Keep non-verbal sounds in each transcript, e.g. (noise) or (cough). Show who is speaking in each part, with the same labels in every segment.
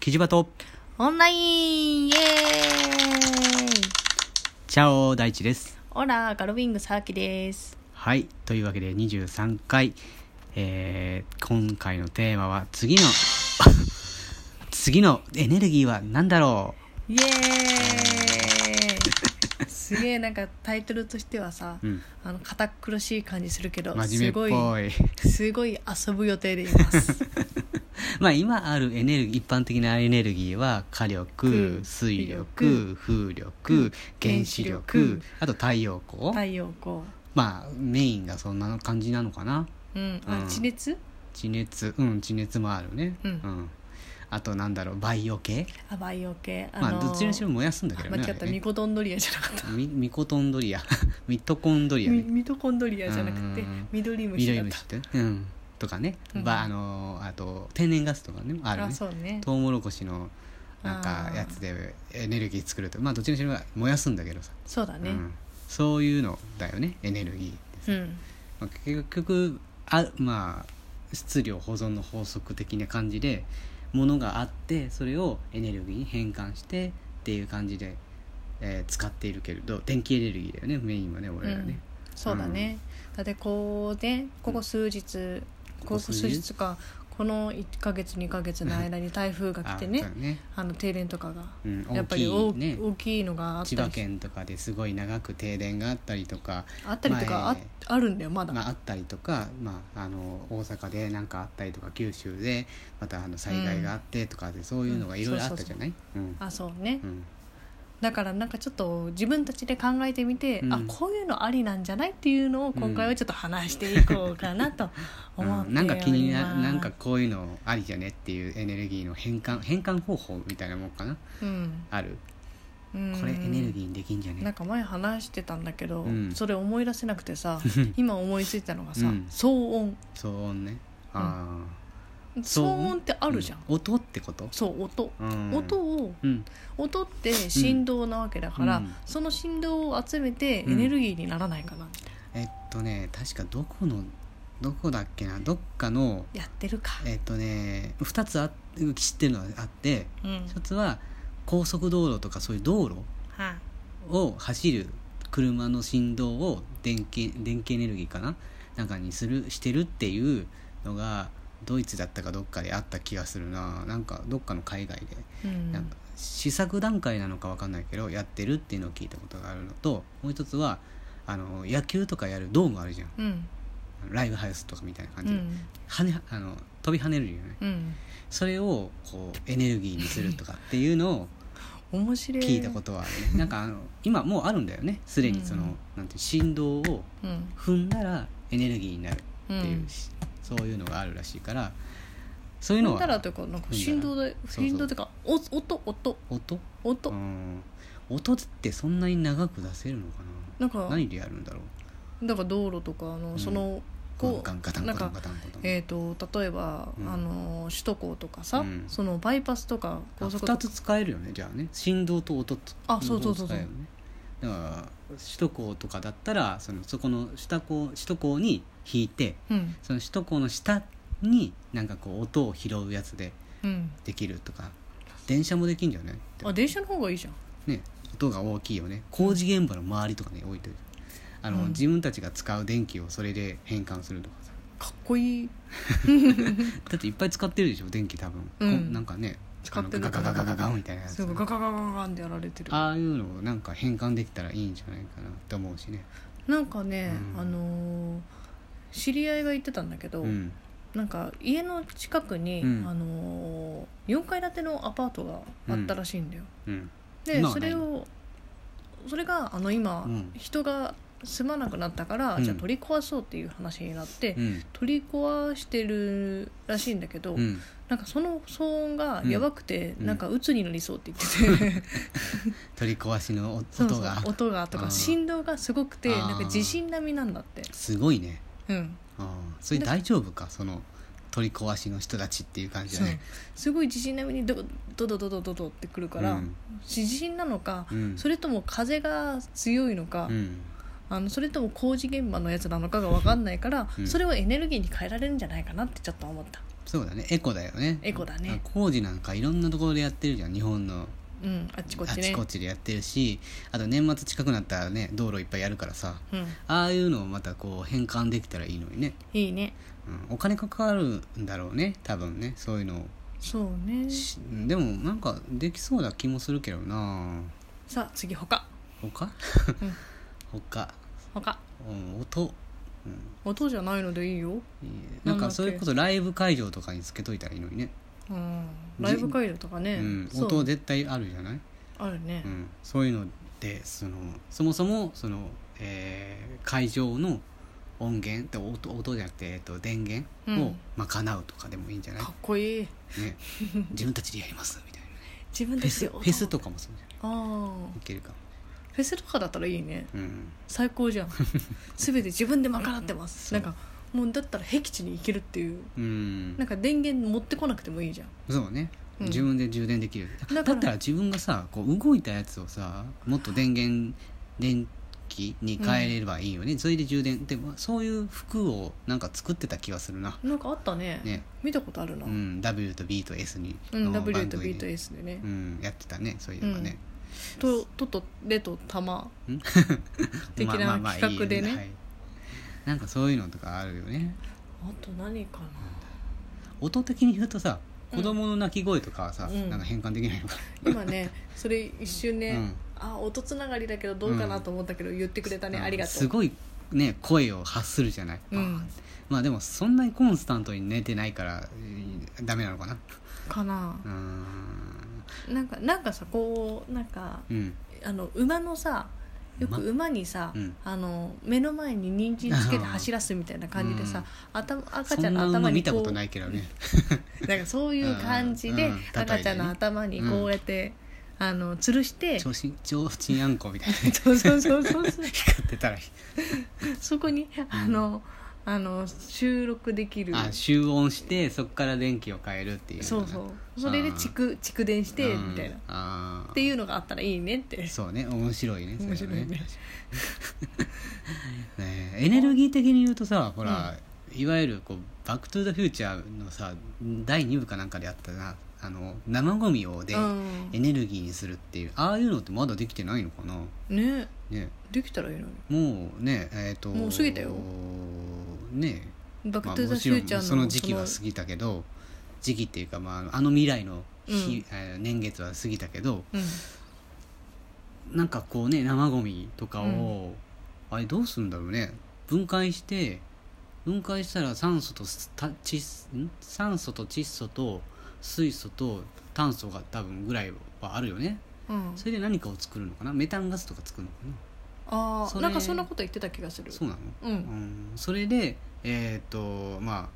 Speaker 1: キジバト、
Speaker 2: オンラインイエーイ
Speaker 1: チャオ大地です。
Speaker 2: オラガロウィングサーキです。
Speaker 1: はい、というわけで23回、えー、今回のテーマは次の、 (laughs) 次のエネルギーは何だろ
Speaker 2: イエー
Speaker 1: (laughs)
Speaker 2: イすげえなんかタイトルとしてはさ、
Speaker 1: ううん、
Speaker 2: あの堅苦しい感じするけど
Speaker 1: 真面目っぽい。
Speaker 2: すごいすごい遊ぶ予定でいます。
Speaker 1: (laughs) まあ今あるエネルギー、一般的なエネルギーは火力、
Speaker 2: うん
Speaker 1: 水
Speaker 2: う
Speaker 1: 力、風力、原子力
Speaker 2: 原子力、
Speaker 1: あと太陽光。
Speaker 2: 太陽光。
Speaker 1: まあメインがそんな感じなのかな。
Speaker 2: うん。あ
Speaker 1: うん
Speaker 2: 地熱？
Speaker 1: 地熱、うん、地熱もあるね。
Speaker 2: うん
Speaker 1: あとなんだろう、バイオ系
Speaker 2: あバイオ系。あ
Speaker 1: まあ、どっちにしろ
Speaker 2: も。
Speaker 1: 燃やすんだ
Speaker 2: あ
Speaker 1: けどね。
Speaker 2: 間違っ
Speaker 1: あ
Speaker 2: た
Speaker 1: れ
Speaker 2: ミ
Speaker 1: ね
Speaker 2: コドンドリアじゃなかった。
Speaker 1: ミミコトンドリ (laughs) ア。ミトコンドリア
Speaker 2: ミ
Speaker 1: ね。
Speaker 2: ミトコンドリアじゃなくて
Speaker 1: うん
Speaker 2: 緑虫
Speaker 1: 緑
Speaker 2: だっ
Speaker 1: 虫ってね。うん。とかね。
Speaker 2: うん
Speaker 1: ば、あのーあと、天然ガスとかね、
Speaker 2: た。
Speaker 1: ある
Speaker 2: あ
Speaker 1: ね。
Speaker 2: そうね。
Speaker 1: トウモロコシの、なんか
Speaker 2: あ、ー
Speaker 1: やつでエネルギー作ると。まあ、どっちにしろ燃やすんだけどさ。
Speaker 2: そうだね
Speaker 1: う。ん。そういうのだよね、エネルギーってさ。
Speaker 2: うん。
Speaker 1: まあ、結局、あまあ、質量保存の法則的な感じで、ものがあって、それをエネルギーに変換してっていう感じで、えー使っているけれど、電気エネルギーだよね、メインはね、俺らね。
Speaker 2: うんそうだね、だってこうねここ数日、ここ数日かこの1か月2か月の間に台風が来て
Speaker 1: あ
Speaker 2: ね
Speaker 1: そうだね、
Speaker 2: あの停電とかが、
Speaker 1: うん、
Speaker 2: や
Speaker 1: 大
Speaker 2: っぱり
Speaker 1: き
Speaker 2: 大
Speaker 1: い
Speaker 2: き,、
Speaker 1: ね
Speaker 2: 大きいのがあった
Speaker 1: 千
Speaker 2: り
Speaker 1: 葉県とかですごい長く停電があったりとか、
Speaker 2: あったりとかあ,、
Speaker 1: 前
Speaker 2: あるんだよまだ、
Speaker 1: まあ、あったりとか、まあ、あの大阪で何かあったりとか九州でまたあの災害があってとかで、そういうのがいろいろあったじゃないうん
Speaker 2: あ、そうね、
Speaker 1: うん
Speaker 2: だからなんかちょっと自分たちで考えてみて、
Speaker 1: うん
Speaker 2: あこういうのありなんじゃないっていうのを今回はちょっと話していこうかなと思っております、
Speaker 1: うんなんか気にななんかこういうのありじゃねっていうエネルギーの変換変換方法みたいなもんかな
Speaker 2: うん、
Speaker 1: ある
Speaker 2: うん
Speaker 1: これエネルギーにできんじゃね
Speaker 2: なんか前話してたんだけど、
Speaker 1: うん
Speaker 2: それ思い出せなく
Speaker 1: (laughs)
Speaker 2: てさ今思いついたのがさ、
Speaker 1: うん
Speaker 2: 騒音
Speaker 1: 騒音ねあ
Speaker 2: 騒音って
Speaker 1: あ
Speaker 2: あるじゃん、
Speaker 1: 音ってこと、
Speaker 2: そう音、
Speaker 1: うん、
Speaker 2: 音を
Speaker 1: うん
Speaker 2: 音って振動なわけだから、
Speaker 1: うん
Speaker 2: その振動を集めてエ
Speaker 1: うん
Speaker 2: ネルギーにならないかな、
Speaker 1: えっとね確かどこのどこだっけなどっかの
Speaker 2: やってるか、
Speaker 1: えっとね2つあ知ってるのがあって
Speaker 2: うん
Speaker 1: 1つは高速道路とかそういう道路
Speaker 2: はい
Speaker 1: を走る車の振動を電気電気エネルギーかななんかにするしてるっていうのがドイツだったかどっかであった気がするななんかどっかの海外で、
Speaker 2: うん
Speaker 1: なんか試作段階なのかわかんないけどやってるっていうのを聞いたことがあるのともう一つはあの野球とかやるドームあるじゃん
Speaker 2: うん
Speaker 1: ライブハウスとかみたいな
Speaker 2: う
Speaker 1: 感じで、
Speaker 2: ん
Speaker 1: 跳ねあの飛び跳ねるよね
Speaker 2: うん
Speaker 1: それをこうエネルギーにするとかっていうのを
Speaker 2: 面白い
Speaker 1: 聞いたことはあるねなんかあの今もうあるんだよねすでにその、
Speaker 2: うん
Speaker 1: なんていう振動を
Speaker 2: うん
Speaker 1: 踏んだらエネルギーになる
Speaker 2: う
Speaker 1: ってい
Speaker 2: ん
Speaker 1: うし、そういうのがあるらしいからそういう
Speaker 2: 踏
Speaker 1: の
Speaker 2: んだら
Speaker 1: は
Speaker 2: というかなんか
Speaker 1: 踏ん
Speaker 2: 振
Speaker 1: だら
Speaker 2: 動で
Speaker 1: そうそう
Speaker 2: 振動というかお音音
Speaker 1: 音
Speaker 2: 音、
Speaker 1: うん音ってそんなに長く出せるのか
Speaker 2: なんか
Speaker 1: な何でやるんだろう
Speaker 2: だから道路とかあの、
Speaker 1: うん
Speaker 2: そのこ
Speaker 1: ガンガンガタ
Speaker 2: う
Speaker 1: ン
Speaker 2: な
Speaker 1: ガ
Speaker 2: ん
Speaker 1: タ
Speaker 2: か
Speaker 1: ンガタンガタン
Speaker 2: えー、と例えば、
Speaker 1: うん
Speaker 2: あの首都高とかさ、
Speaker 1: うん
Speaker 2: そのバイパスとか
Speaker 1: あ
Speaker 2: 高速と
Speaker 1: 2
Speaker 2: か
Speaker 1: つ使えるよねじゃあね振動と音と
Speaker 2: あそうそうそうそ
Speaker 1: 両方使え
Speaker 2: う
Speaker 1: るよねだから首都高とかだったらそのそこの下高首都高に引いて
Speaker 2: うん
Speaker 1: その首都高の下になんかこう音を拾うやつで
Speaker 2: うん
Speaker 1: できるとか電車もできんじゃない
Speaker 2: あ電車の方がいいじゃん
Speaker 1: ね音が大きいよね工事現場の周りとかに置いてるあの、
Speaker 2: うん
Speaker 1: 自分たちが使う電気をそれで変換するとかさ
Speaker 2: かっこいい
Speaker 1: だっていっぱい使ってるでしょ電気多分、
Speaker 2: うん
Speaker 1: こなんかね
Speaker 2: 使ってる
Speaker 1: あのガガガガガガンみたいなやつ
Speaker 2: すごいガガガガガンってやられてる
Speaker 1: ああいうのをなんか変換できたらいいんじゃないかなと思うしね。
Speaker 2: なんかね、
Speaker 1: うん
Speaker 2: あのー知り合いが言ってたんだけど、
Speaker 1: うん。
Speaker 2: なんか家の近くに、
Speaker 1: うん
Speaker 2: あのー、4階建てのアパートがあったらしいんだよ、
Speaker 1: うん。
Speaker 2: で
Speaker 1: 今は
Speaker 2: それをそれがあの今、
Speaker 1: うん
Speaker 2: 人が住まなくなったから、
Speaker 1: うん
Speaker 2: じゃあ取り壊そうっていう話になって、
Speaker 1: うん。
Speaker 2: 取り壊してるらしいんだけど、
Speaker 1: うん。
Speaker 2: なんかその騒音がやばくて、
Speaker 1: うん
Speaker 2: なんか鬱になりそうって言ってて
Speaker 1: 取り壊しのお
Speaker 2: (laughs) そうそう
Speaker 1: 音が。
Speaker 2: 音がと
Speaker 1: あー
Speaker 2: か振動がすごくて
Speaker 1: あー
Speaker 2: なんか地震並みなんだって
Speaker 1: すごいね。
Speaker 2: うん
Speaker 1: ああ。それ大丈夫かその取り壊しの人たちっていう感じ
Speaker 2: そ
Speaker 1: だ
Speaker 2: う
Speaker 1: ね。
Speaker 2: すごい地震並みにドドドドドドドってくるから、
Speaker 1: うん
Speaker 2: 地震なのか、
Speaker 1: うん。
Speaker 2: それとも風が強いのか、
Speaker 1: うん。
Speaker 2: あのそれとも工事現場のやつなのかが分かんないから、
Speaker 1: うん
Speaker 2: それをエネルギーに変えられるんじゃないかなってちょっと思った
Speaker 1: そうだねエコだよね
Speaker 2: エコだね
Speaker 1: あ工事なんかいろんなところでやってるじゃん日本の
Speaker 2: うんあっちこ
Speaker 1: あ
Speaker 2: っち
Speaker 1: ち
Speaker 2: ね
Speaker 1: こちでやってるしあと年末近くなったらね道路いっぱいやるからさ
Speaker 2: うん
Speaker 1: ああいうのをまたこう変換できたらいいのにね、
Speaker 2: いいね
Speaker 1: うん、お金かかるんだろうね多分ねそういうのを
Speaker 2: そうね
Speaker 1: しでもなんかできそうな気もするけどな
Speaker 2: さあ次他
Speaker 1: 他
Speaker 2: うん
Speaker 1: 他、
Speaker 2: 他
Speaker 1: うん、音
Speaker 2: 音じゃないのでいいよ
Speaker 1: いいね
Speaker 2: な
Speaker 1: なんん
Speaker 2: だ
Speaker 1: か
Speaker 2: っけ
Speaker 1: それこそライブ会場とかにつけといたらいいのにね、
Speaker 2: うんライブ会場とかね、
Speaker 1: うん、
Speaker 2: そう
Speaker 1: 音絶対あるじゃない
Speaker 2: あるね、
Speaker 1: うん、そういうのでそのそもそもその、えー会場の音源って音音じゃなくて、えっと、電源
Speaker 2: う
Speaker 1: を
Speaker 2: ん
Speaker 1: 賄うとかでもいいんじゃない、
Speaker 2: かっこいい
Speaker 1: ね、自分たちでやりますみたいな
Speaker 2: 自分
Speaker 1: フェ
Speaker 2: です
Speaker 1: ス
Speaker 2: よ
Speaker 1: フェスとかもそうじゃない
Speaker 2: ああ
Speaker 1: いけるかも、
Speaker 2: フェスとかだったらいいね
Speaker 1: うん、
Speaker 2: 最
Speaker 1: (laughs)
Speaker 2: 高じゃん全て自分で賄ってます
Speaker 1: そ
Speaker 2: な
Speaker 1: うん
Speaker 2: かもうだったら僻地に行けるっていう
Speaker 1: うん
Speaker 2: なんか電源持ってこなくてもいいじゃん
Speaker 1: そうね、
Speaker 2: うん
Speaker 1: 自分で充電できる
Speaker 2: だ
Speaker 1: だ
Speaker 2: から
Speaker 1: ったら自分がさこう動いたやつをさもっと電源電気に変えれればいいよね、それで充電でもそういう服をなんか作ってた気がするな
Speaker 2: なんかあったね
Speaker 1: ね
Speaker 2: 見たことあるな、
Speaker 1: う
Speaker 2: うん
Speaker 1: ん、W と B と S に、
Speaker 2: W と B と
Speaker 1: で、
Speaker 2: S でね
Speaker 1: う、ん、やってたねそういうのがね、
Speaker 2: とととレと玉
Speaker 1: ん
Speaker 2: 的
Speaker 1: まあ
Speaker 2: な
Speaker 1: まあまあ
Speaker 2: 企画でね
Speaker 1: いいよはいなんかそういうのとかあるよね
Speaker 2: あと何かな
Speaker 1: 音的に言うとさ
Speaker 2: うん
Speaker 1: 子供の泣き声とかはさ、
Speaker 2: うん
Speaker 1: なんか変換できないのか、
Speaker 2: 今ねそれ一瞬ね、
Speaker 1: うん
Speaker 2: あ音つながりだけどどうかなと思ったけど、言ってくれたね、
Speaker 1: うん
Speaker 2: ありがとう
Speaker 1: すごいね声を発するじゃない、
Speaker 2: うん
Speaker 1: まあでもそんなにコンスタントに寝てないからえーダメなのかな
Speaker 2: かな
Speaker 1: うーん
Speaker 2: なんかなんかさこうなんか
Speaker 1: うん
Speaker 2: あの馬のさよく
Speaker 1: 馬
Speaker 2: 馬にさ、
Speaker 1: うん
Speaker 2: あの目の前に人参つけて走らすみたいな感じでさ、頭赤ちゃんの
Speaker 1: そんな
Speaker 2: 頭
Speaker 1: 馬
Speaker 2: に
Speaker 1: 見
Speaker 2: こ
Speaker 1: た
Speaker 2: う
Speaker 1: ことないけどね
Speaker 2: なんかそういう感じで、
Speaker 1: うんうん
Speaker 2: 赤ちゃんの頭にこうやって、あの吊るして、
Speaker 1: 超新超新あんこみたいな
Speaker 2: そうそうそうそうそう
Speaker 1: 光ってたら
Speaker 2: そこにあの、あの収録できる
Speaker 1: あ集音してそこから電気を変えるっていうの
Speaker 2: そ
Speaker 1: が
Speaker 2: うそうそれで蓄蓄電して
Speaker 1: うん
Speaker 2: みたいなっ
Speaker 1: あ
Speaker 2: て
Speaker 1: ー
Speaker 2: いうのがあったらいいねって
Speaker 1: そうね面白いね
Speaker 2: 面白いね
Speaker 1: それはねえエネルギー的に言うとさほら、いわゆるこう「バック・トゥ・ザ・フューチャー」のさ第2部かなんかであったなあの生ゴミをで
Speaker 2: うん
Speaker 1: エネルギーにするっていう、ああいうのってまだできてないのかな
Speaker 2: ね
Speaker 1: ね
Speaker 2: できたらいいのに
Speaker 1: もうねえっ、と
Speaker 2: もう過ぎたよ
Speaker 1: ね
Speaker 2: 「バッ
Speaker 1: ま
Speaker 2: ク・
Speaker 1: あ
Speaker 2: トゥ・ザ・
Speaker 1: も
Speaker 2: フ
Speaker 1: ち
Speaker 2: ュ
Speaker 1: ろ
Speaker 2: ーチャー
Speaker 1: ん
Speaker 2: の」
Speaker 1: その時期は過ぎたけど時期っていうか、まああの、あの未来の日、えー年月は過ぎたけど
Speaker 2: うん
Speaker 1: なんかこうね生ゴミとかを、
Speaker 2: うん
Speaker 1: あれどうするんだろうね分解して分解したら酸素とすた窒ん酸素と窒素と水素と炭素が多分ぐらいはあるよね
Speaker 2: うん、
Speaker 1: それで何かを作るのかなメタンガスとか作るのか
Speaker 2: ああ
Speaker 1: それ
Speaker 2: なんかそんなこと言ってた気がする
Speaker 1: なそうなの
Speaker 2: う
Speaker 1: うんんそれでえっ、とまあ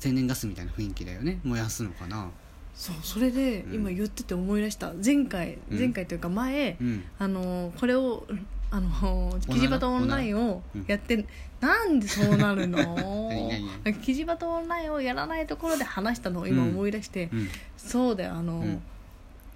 Speaker 1: 天然ガスみたいな雰囲気だよね燃やすのかな
Speaker 2: そうそれで
Speaker 1: うん
Speaker 2: 今言ってて思い出した前回
Speaker 1: うん
Speaker 2: 前回というか前、
Speaker 1: うん
Speaker 2: あのーこれをあのーキジバトオンラインを
Speaker 1: オナラ
Speaker 2: やってなんでそう
Speaker 1: (laughs)
Speaker 2: なる
Speaker 1: 何
Speaker 2: の
Speaker 1: 何
Speaker 2: キジバトオンラインをやらないところで話したのを今
Speaker 1: うん
Speaker 2: 思い出して、
Speaker 1: うん
Speaker 2: そうだよあのー、
Speaker 1: うん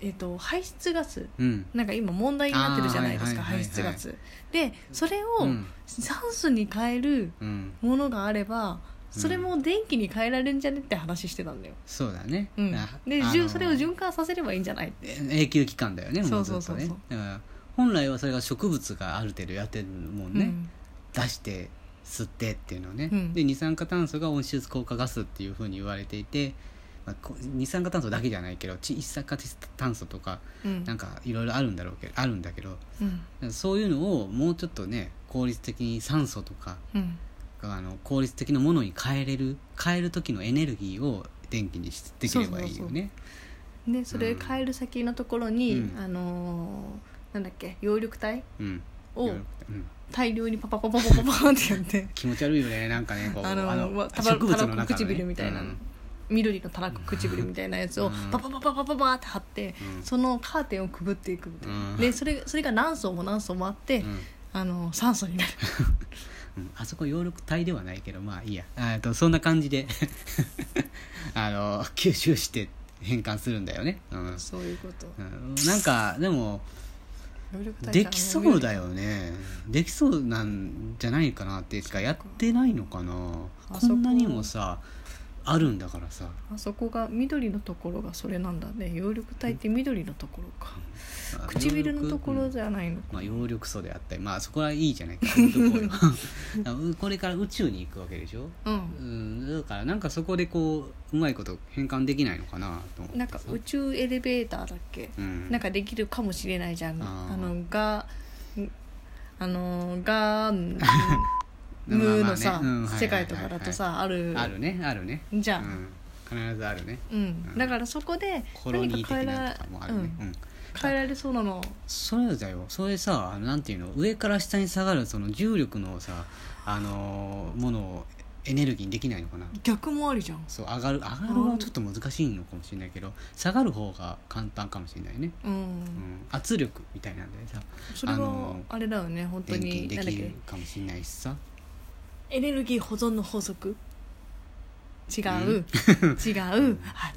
Speaker 2: えっ、と排出ガス
Speaker 1: うん
Speaker 2: なんか今問題になってるじゃないですか、
Speaker 1: あーはいはいはいはい
Speaker 2: 排出ガスでそれ
Speaker 1: う
Speaker 2: を
Speaker 1: ん
Speaker 2: 酸素に変える
Speaker 1: うん
Speaker 2: ものがあればそれも電気に変えられるんじゃねって話してたんだよ、
Speaker 1: そうだね、
Speaker 2: うん、
Speaker 1: な
Speaker 2: で、
Speaker 1: あの
Speaker 2: じゅそれを循環させればいいんじゃない
Speaker 1: 永久期間だよねもうずっとね
Speaker 2: そうそうそうそう
Speaker 1: だから本来はそれが植物がある程度やってるもんね、
Speaker 2: うん
Speaker 1: 出して吸ってっていうのね、
Speaker 2: うん
Speaker 1: で二酸化炭素が温室効果ガスっていうふうに言われていて、まあ、こ二酸化炭素だけじゃないけどち一酸化炭素とか
Speaker 2: うん
Speaker 1: なんかいろいろあるんだろうけどあるんだけど
Speaker 2: うん
Speaker 1: そういうのをもうちょっとね効率的に酸素とか
Speaker 2: うん
Speaker 1: あの効率的なものに変えれる変える時のエネルギーを電気にしできればいいよね
Speaker 2: でそれ変える先のところに、
Speaker 1: うん
Speaker 2: あのーなんだっけ葉緑体
Speaker 1: うん
Speaker 2: を
Speaker 1: うん
Speaker 2: 大量にパパパパパパパンってやって
Speaker 1: 気持ち悪いよねなんかねこう
Speaker 2: あのわたば
Speaker 1: 植物の
Speaker 2: たらこ
Speaker 1: 中のね
Speaker 2: 唇みたいな
Speaker 1: う
Speaker 2: の
Speaker 1: ん
Speaker 2: 緑のたらこ唇みたいなやつを
Speaker 1: うん
Speaker 2: パパパパパパパって貼って、
Speaker 1: うん
Speaker 2: そのカーテンをくぐっていくみたいな、
Speaker 1: うん
Speaker 2: でそれそれが何層も何層もあって、
Speaker 1: うん
Speaker 2: あのー酸素になる
Speaker 1: (laughs) うんあそこ葉緑体ではないけどまあいいやあーえっとそんな感じであの吸収して変換するんだよね、うん
Speaker 2: そういうこと
Speaker 1: うんなんかでも
Speaker 2: 葉緑体
Speaker 1: できそう
Speaker 2: よ
Speaker 1: だよねできそうなんじゃないかなっていうかやってないのかな
Speaker 2: あ
Speaker 1: こんなにもさあるんだからさ
Speaker 2: あそこが緑のところがそれなんだね葉緑体って緑のところか唇のところじゃないの
Speaker 1: ま
Speaker 2: か
Speaker 1: あ、葉緑素であったりまあそこはいいじゃないかそういうとこよだから
Speaker 2: (laughs)
Speaker 1: うこれから宇宙に行くわけでしょ
Speaker 2: う
Speaker 1: うんんだからなんかそこでこううまいこと変換できないのかなと思って
Speaker 2: なんか宇宙エレベーターだっけ
Speaker 1: うん
Speaker 2: なんかできるかもしれないじゃん
Speaker 1: あ
Speaker 2: あ
Speaker 1: ー
Speaker 2: のがあの
Speaker 1: (laughs)
Speaker 2: がム
Speaker 1: まあまあね
Speaker 2: ーのさ
Speaker 1: うんはいはいはいはい
Speaker 2: 世界とかだとさある
Speaker 1: あるねあるね
Speaker 2: じゃん
Speaker 1: うん、必ずあるね
Speaker 2: うん、だからそこで
Speaker 1: コロ
Speaker 2: 何
Speaker 1: ニー
Speaker 2: か変え
Speaker 1: 的
Speaker 2: ら
Speaker 1: なとかもあるね、
Speaker 2: うん
Speaker 1: うん
Speaker 2: 変えられそうなの
Speaker 1: それだよそれさあのなんていうの上から下に下がるその重力のさあのーものをエネルギーにできないのかな
Speaker 2: 逆もありじゃん、
Speaker 1: そう上がる上がるはちょっと難しいのかもしれないけど下がる方が簡単かもしれないね、
Speaker 2: うん
Speaker 1: うん、圧力みたいなんでさ
Speaker 2: それ
Speaker 1: あ
Speaker 2: は
Speaker 1: の
Speaker 2: あれだよね本当
Speaker 1: 電気に
Speaker 2: に
Speaker 1: で
Speaker 2: なんだっ
Speaker 1: き
Speaker 2: け
Speaker 1: るかもしれないしさ
Speaker 2: エネルギー保存の法則違う、 (laughs) 違うあ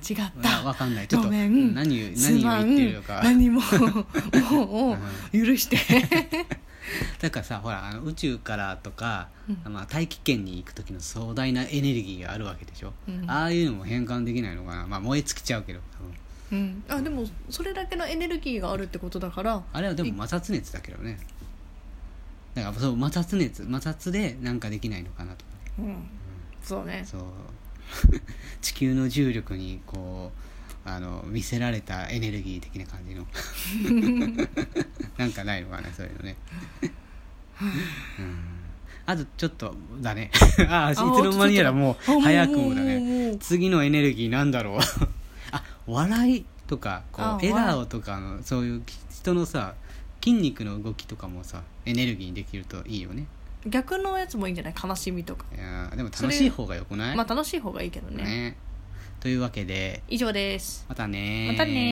Speaker 2: 違っ
Speaker 1: わ
Speaker 2: た
Speaker 1: わかんないちょっと
Speaker 2: ごめん
Speaker 1: 何を
Speaker 2: す
Speaker 1: 何
Speaker 2: ま
Speaker 1: を言
Speaker 2: ん
Speaker 1: ってるのか (laughs)
Speaker 2: 何ももう許して
Speaker 1: だからさほらあの宇宙からとか、
Speaker 2: うん
Speaker 1: まあ、大気圏に行く時の壮大なエネルギーがあるわけでしょ、
Speaker 2: うん
Speaker 1: ああいうのも変換できないのかな、まあ、燃え尽きちゃうけど多分
Speaker 2: うん、あでもそれだけのエネルギーがあるってことだから
Speaker 1: あれはでも摩擦熱だけどねだからそう摩擦熱摩擦でなんかできないのかなとか
Speaker 2: うんそうね
Speaker 1: そう (laughs) 地球の重力にこうあの見せられたエネルギー的な感じの (laughs) なんかないのかなそういうのね、うん、あとちょっとだね (laughs) ああいつの間にやらも
Speaker 2: あ
Speaker 1: う早くもだ
Speaker 2: もう
Speaker 1: ね
Speaker 2: もうもう
Speaker 1: 次のエネルギーなんだろう (laughs) あ笑いとかこう
Speaker 2: あ
Speaker 1: 笑顔とかのそういう人のさ筋肉の動きとかもさエネルギーにできるといいよね
Speaker 2: 逆のやつもいいんじゃない悲しみとか、
Speaker 1: いやーでも楽しい方がよくない
Speaker 2: まあ楽しい方がいいけどね
Speaker 1: ねというわけで
Speaker 2: 以上です
Speaker 1: またね
Speaker 2: またね